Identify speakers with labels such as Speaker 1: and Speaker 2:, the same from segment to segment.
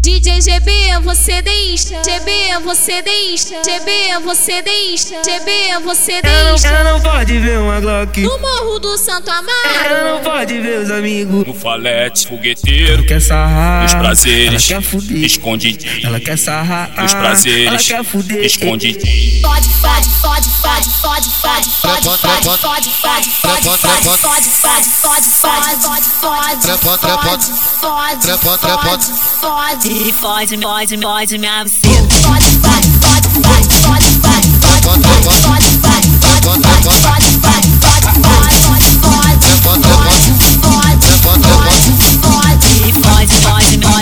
Speaker 1: DJ GB, você deixa. GB, você deixa. GB, você deixa. GB, você
Speaker 2: Ela não,
Speaker 1: deixa.
Speaker 2: ela não pode ver uma Glock.
Speaker 1: No Morro do Santo Amaro.
Speaker 2: Ela não pode ver os amigos.
Speaker 3: No falete, fogueteiro, é
Speaker 2: Quer sarrar.
Speaker 3: os prazeres,
Speaker 2: Ah, Ela quer fuder.
Speaker 3: escondidinho.
Speaker 2: Ela quer sarrar. Ah,
Speaker 3: Os prazeres,
Speaker 2: Ela quer fuder.
Speaker 3: escondidinho.
Speaker 4: Pode, pode, pode, pode, pode, pode, pode, pode, pode, pode, pode, pode, pode, pode, pode, pode, pode, pode, pode, pode, pode, pode, pode, pode, minha buceta. Pode, pode, pode, pode, pode, pode, pode, pode, pode, pode, pode, pode, pode, pode, pode, pode, pode, pode, pode,
Speaker 2: Ela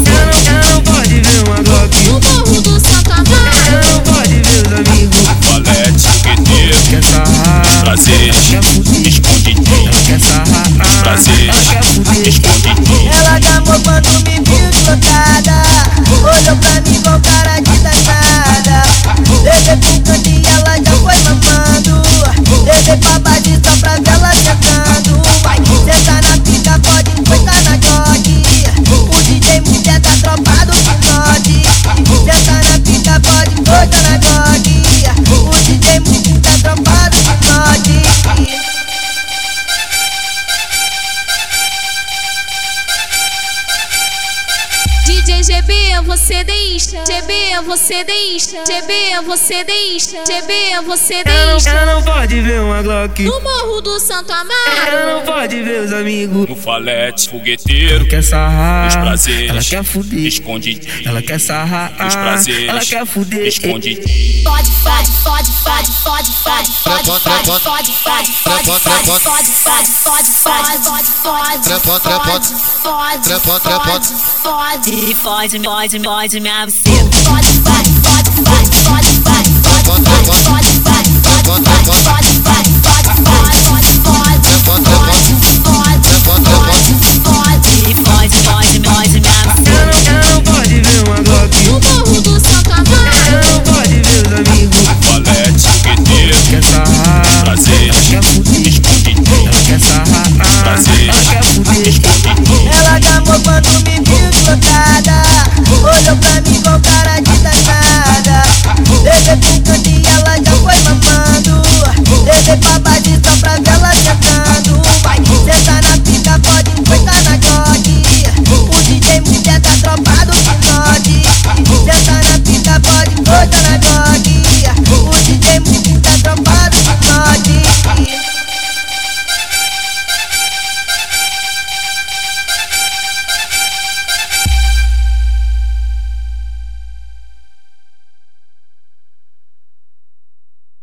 Speaker 2: não, ela não pode ver uma Glock.
Speaker 1: No Morro do Santo
Speaker 2: Ela
Speaker 1: Amaro.
Speaker 2: não pode ver os amigos.
Speaker 3: é Falete, fogueteiro,
Speaker 2: Quer sarrar.
Speaker 3: prazeres,
Speaker 2: Ela quer fuder.
Speaker 3: escondidinho.
Speaker 2: Quer sarrar. Ah, Ela
Speaker 3: Prazeres,
Speaker 2: quer fuder.
Speaker 3: escondidinho.
Speaker 5: Ela tá gamou quando me viu trocada Olhou pra mim com cara de danada Levei pro canto e ela já foi mamando Levei pra baixo só pra ver ela sentando Vai, senta na pica, pode encostar na jogue O DJ mulher tá da tropa do pinote Senta na pica, pode encostar na jogue O DJ mulher tá da tropa do pinote
Speaker 1: DJ GB, você deixa. GB, você deixa. GB, você deixa. GB, você
Speaker 2: Ela não,
Speaker 1: deixa.
Speaker 2: ela não pode ver uma Glock.
Speaker 1: No Morro do Santo Amaro.
Speaker 2: Ela não pode ver os amigos.
Speaker 3: No falete, fogueteiro, é
Speaker 2: Quer sarrar.
Speaker 3: os prazeres,
Speaker 2: Ela quer fuder.
Speaker 3: escondidinho.
Speaker 2: Ela quer sarrar.
Speaker 3: os prazeres,
Speaker 2: Ela quer fuder.
Speaker 3: escondidinho.
Speaker 4: pode, pode, pode, pode, pode, pode, pode, pode, pode, pode, pode, pode, pode, pode, pode, pode, pode, pode, pode, pode, pode, pode, pode, pode, minha buceta. Pode, pode, pode, pode, pode, pode, pode, pode, pode, pode, pode, pode,
Speaker 3: é
Speaker 4: pode,
Speaker 5: tá tá tá